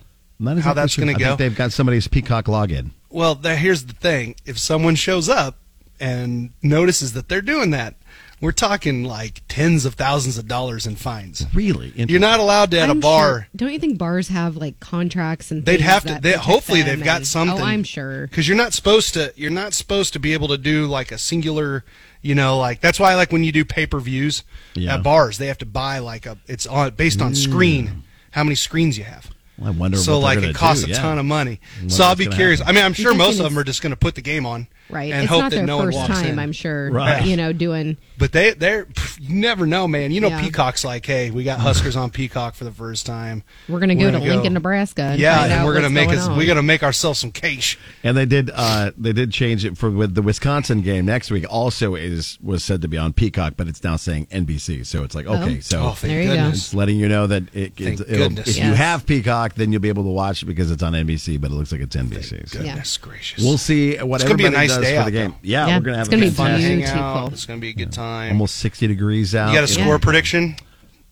M: how that's gonna
L: I
M: go?
L: think they've got somebody's Peacock login.
M: Well, there, here's the thing: if someone shows up and notices that they're doing that, we're talking like tens of thousands of dollars in fines.
L: Really?
M: You're not allowed to at a
D: I'm
M: bar.
D: sure- don't you think bars have like contracts and
M: They'd
D: things
M: have to.
D: that
M: They,
D: protect
M: hopefully,
D: them
M: they've got
D: and-
M: something.
D: Oh, I'm sure.
M: Because you're not supposed to. You're not supposed to be able to do like a singular. You know, like that's why, like when you do pay per views
L: Yeah.
M: at bars, they have to buy like a. It's on based on
L: Mm.
M: screen. How many screens you have?
L: Well, I wonder.
M: so
L: what they're
M: like
L: gonna
M: it costs
L: do,
M: a
L: yeah.
M: ton of money.
L: Wonder
M: So I'll
L: what's
M: be
L: gonna
M: curious.
L: happen.
M: I mean, I'm sure
D: Because
M: most
D: it's-
M: of them are just going to put the game on,
D: Right.
M: And
D: it's
M: hope
D: not
M: that
D: their
M: no
D: first
M: one walks
D: time,
M: in.
D: I'm sure.
M: Right.
D: You know, doing.
M: But they they're you never know, man. You know,
D: Yeah.
M: Peacock's like, hey, we got
L: <sighs>
M: Huskers on Peacock for the first time.
D: We're going to go
M: We're
D: to
M: gonna go-
D: Lincoln, Nebraska. And
M: yeah,
D: find
M: and
D: out
M: we're gonna
D: what's
M: make
D: going
M: us.
D: on.
M: We're gonna make ourselves some cash.
L: And they did. Uh, they did change it for with the Wisconsin game next week. Also, is was said to be on Peacock, but it's now saying NBC. So it's like
M: Oh.
L: okay, so
M: Oh, thank There you go. goodness.
L: it's letting you know that it,
M: Thank
L: it's, it'll,
M: goodness.
L: if you
M: Yes.
L: have Peacock, then you'll be able to watch it because it's on NBC. But it looks like it's NBC. so.
M: Goodness gracious.
L: We'll see what
M: It's gonna be a
L: everybody
M: nice
L: does
M: day
L: for
M: out,
L: the game.
M: though.
L: Yeah,
M: Yeah,
L: we're gonna have
M: it's gonna
L: a
M: be fun.
L: fantastic-
M: Hang out. It's gonna be a good time.
L: Almost sixty degrees out.
M: You got a score prediction?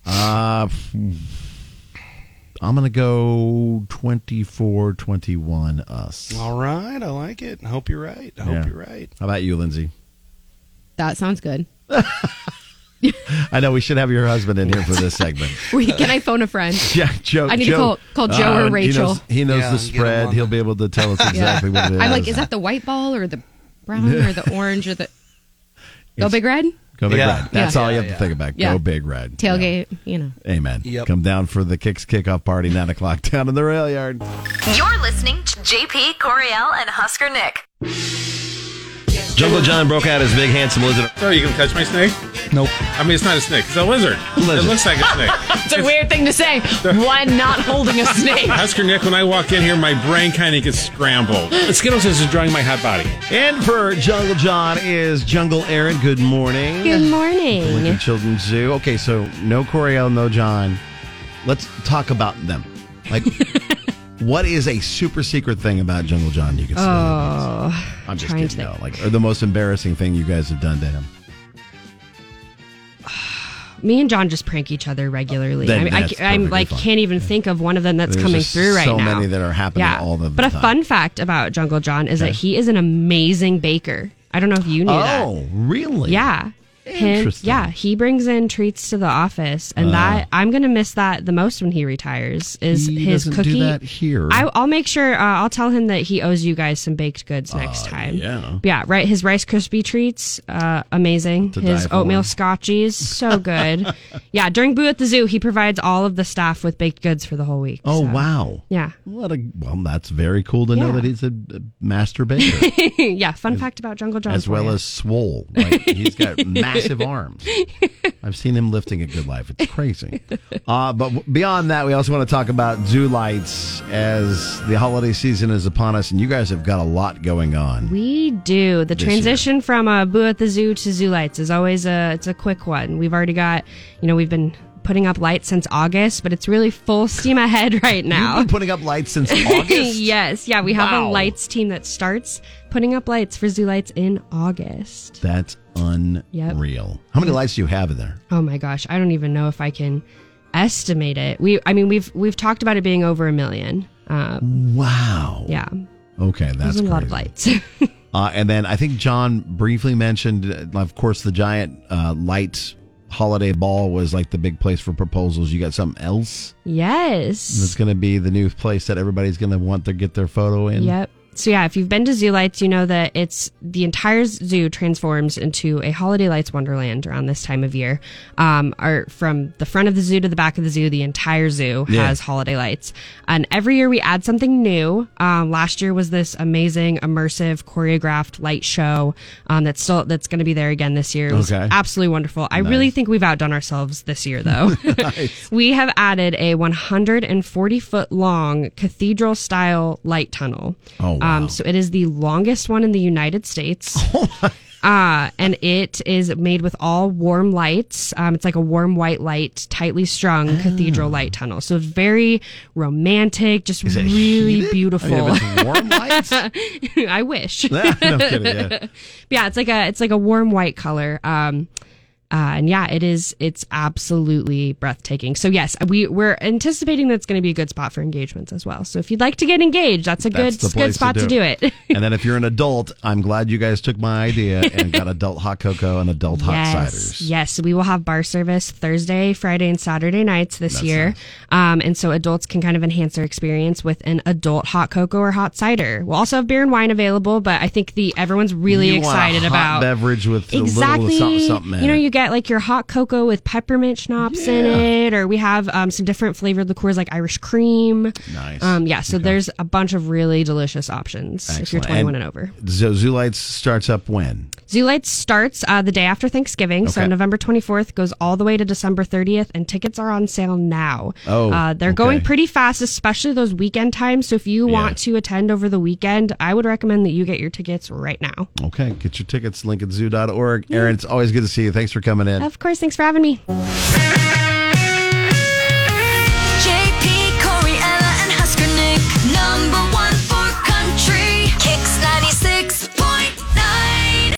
L: Uh, f- I'm going to go 24 21 us.
M: All right, I like it. I hope you're right. I hope
L: Yeah.
M: you're right.
L: How about you, Lindsay?
D: That sounds good. <laughs>
L: I know we should have your husband in here for this
M: <laughs>
L: segment.
D: We, can I phone a
L: <laughs>
D: friend?
L: Yeah, Joe.
D: I need
L: Joe,
D: to call, call Joe
L: uh,
D: or Rachel.
L: He knows, he knows
M: Yeah,
L: the
M: get him
L: spread.
M: on
L: He'll be able to tell
D: <laughs>
L: us
D: Yeah.
L: exactly what it is.
D: I'm like, is that the white ball or the brown or
L: <laughs>
D: the orange or the go
L: It's-
D: big red?
L: Go Big
M: Yeah.
L: Red. That's
M: Yeah.
L: all you have
M: Yeah,
L: to think about.
D: yeah.
L: Go Big Red.
D: Tailgate, you know.
L: Amen.
M: Yep.
L: Come down for the kicks kickoff party, 9 o'clock down in the rail yard.
N: You're listening to JP Coriel and Husker Nick.
L: Jungle John broke out his big, handsome lizard.
T: Oh, you gonna catch my snake?
M: Nope.
T: I mean, it's not a snake. It's a lizard.
L: Lizard.
T: It looks like a snake.
G: It's a weird thing to say. One not holding a snake.
T: Husker Nick, when I walk in here, my brain kind of gets scrambled. Skittles is drawing my hot body.
L: And for Jungle John is Jungle Aaron. Good morning.
D: Good
L: Lincoln
D: morning.
L: Children's Zoo. Okay, so no Coriel, no John. Let's talk about them.
D: <laughs>
L: Like, what is a super secret thing about Jungle John you could say?
D: Oh,
L: I'm just
D: trying
L: kidding,
D: to
L: though.
D: think.
L: Like, or the most embarrassing thing you guys have done to him.
D: Me and John just prank each other regularly.
L: Then
D: I mean,
L: that's
D: I, am
L: perfectly
D: like
L: fine.
D: can't even think of one of them that's
L: There's
D: coming
L: just
D: through right
L: so
D: now.
L: many that are happening all the
D: But a
L: time.
D: fun fact about Jungle John is
L: Okay.
D: that he is an amazing baker. I don't know if you knew that.
L: oh, really?
D: Yeah. Him,
L: Interesting. Uh.
D: yeah, he brings in treats to the office, and
L: Wow.
D: that I'm gonna miss that the most when he retires. Is
L: He
D: his
L: doesn't do
D: cookie?
L: that here.
D: I, I'll make sure. Uh, I'll tell him that he owes you guys some baked goods next time.
L: yeah.
D: yeah, right. His Rice Krispie treats, uh, amazing.
L: To
D: his
L: die for.
D: oatmeal scotchies,
L: <laughs>
D: so good. yeah, during Boo at the Zoo, he provides all of the staff with baked goods for the whole week.
L: Oh,
D: so,
L: wow.
D: Yeah,
L: What a well, that's very cool to know
D: Yeah.
L: that he's a, a
D: <laughs>
L: master baker
D: <laughs> yeah. Fun fact about Jungle John,
L: as
D: for
L: well
D: ya.
L: as swole. Like,
D: <laughs>
L: he's got massive arms. I've seen him lifting a good life. It's
D: <laughs>
L: crazy. Uh, but w- beyond that, we also want to talk about zoo lights as the holiday season is upon us, and you guys have got a lot going on.
D: We do. The
L: This
D: transition from uh, Boo at the Zoo to Zoo Lights is always a it's a quick one. We've already got, you know, we've been putting up lights since August, but it's really full steam ahead <laughs> right now.
L: You've been putting up
D: <laughs>
L: lights since August.
D: yes, yeah, we have a
L: Wow.
D: lights team that starts putting up lights for Zoo Lights in August.
L: That's unreal. How many lights do you have in there?
D: Oh my gosh, I don't even know if I can estimate it. We I mean, we've we've talked about it being over a million. Um,
L: wow.
D: Yeah.
L: Okay, that's
D: There's a lot of
L: crazy.
D: lights. <laughs>
L: Uh, and then I think John briefly mentioned, uh, of course, the giant uh, light holiday ball was like the big place for proposals. You got something else
D: yes.
L: that's going to be the new place that everybody's going to want to get their photo in.
D: Yep. So yeah, if you've been to Zoo Lights, you know that it's the entire zoo transforms into a holiday lights wonderland around this time of year. Um, or from the front of the zoo to the back of the zoo, the entire zoo
N: Yeah.
D: has holiday lights. And every year we add something new. Um, last year was this amazing, immersive, choreographed light show um, that's still that's going to be there again this year. It was
N: Okay.
D: absolutely wonderful. I
N: Nice.
D: really think we've outdone ourselves this
N: <laughs>
D: year though. <laughs> We have added a 140 foot long cathedral style light tunnel.
N: Oh, wow. Oh
D: Um, so it is the longest one in the United States.
N: <laughs>
D: Uh, and it is made with all warm lights. Um, it's like a warm white light, tightly strung
N: Ah.
D: cathedral light tunnel. So very romantic, just really
N: I mean,
D: beautiful. <laughs>
N: <laughs> if it's warm
L: <laughs>
D: lights? I wish.
N: No, I'm kidding, yeah.
D: But yeah, it's like a it's like a warm white color. Um, uh, and yeah, it is. It's absolutely breathtaking. So yes, we we're anticipating that's going to be a good spot for engagements as well. So if you'd like to get engaged, that's a
L: That's the
D: good good
L: place
D: spot to do, it. <laughs>
L: and then if you're an adult, I'm glad you guys took my idea
D: <laughs>
L: and got adult hot cocoa and adult hot ciders.
D: Yes, we will have bar service Thursday, Friday, and Saturday nights this
L: That's
D: year. Um, and so adults can kind of enhance their experience with an adult hot cocoa or hot cider. We'll also have beer and wine available, but I think the everyone's really
L: You want a
D: excited
L: hot
D: about
L: beverage with a
D: exactly.
L: little something, something in
D: you know,
L: it.
D: you get like your hot cocoa with peppermint schnapps in it, or we have um, some different flavored liqueurs like Irish cream.
L: Nice.
D: Um, yeah, so there's a bunch of really delicious options if you're 21
L: Excellent.
D: and over.
L: So Zoo Lights starts up when?
D: Zoo Lights starts uh, the day after Thanksgiving, so
L: Okay.
D: November 24th goes all the way to December 30th, and tickets are on sale now.
N: Oh,
D: uh, they're
N: okay.
D: going pretty fast, especially those weekend times. So if you want to attend over the weekend, I would recommend that you get your tickets right now.
L: Okay, get your tickets, lincolnzoo.org. Aaron, it's always good to see you. Thanks for coming in.
D: Of course, thanks for having me.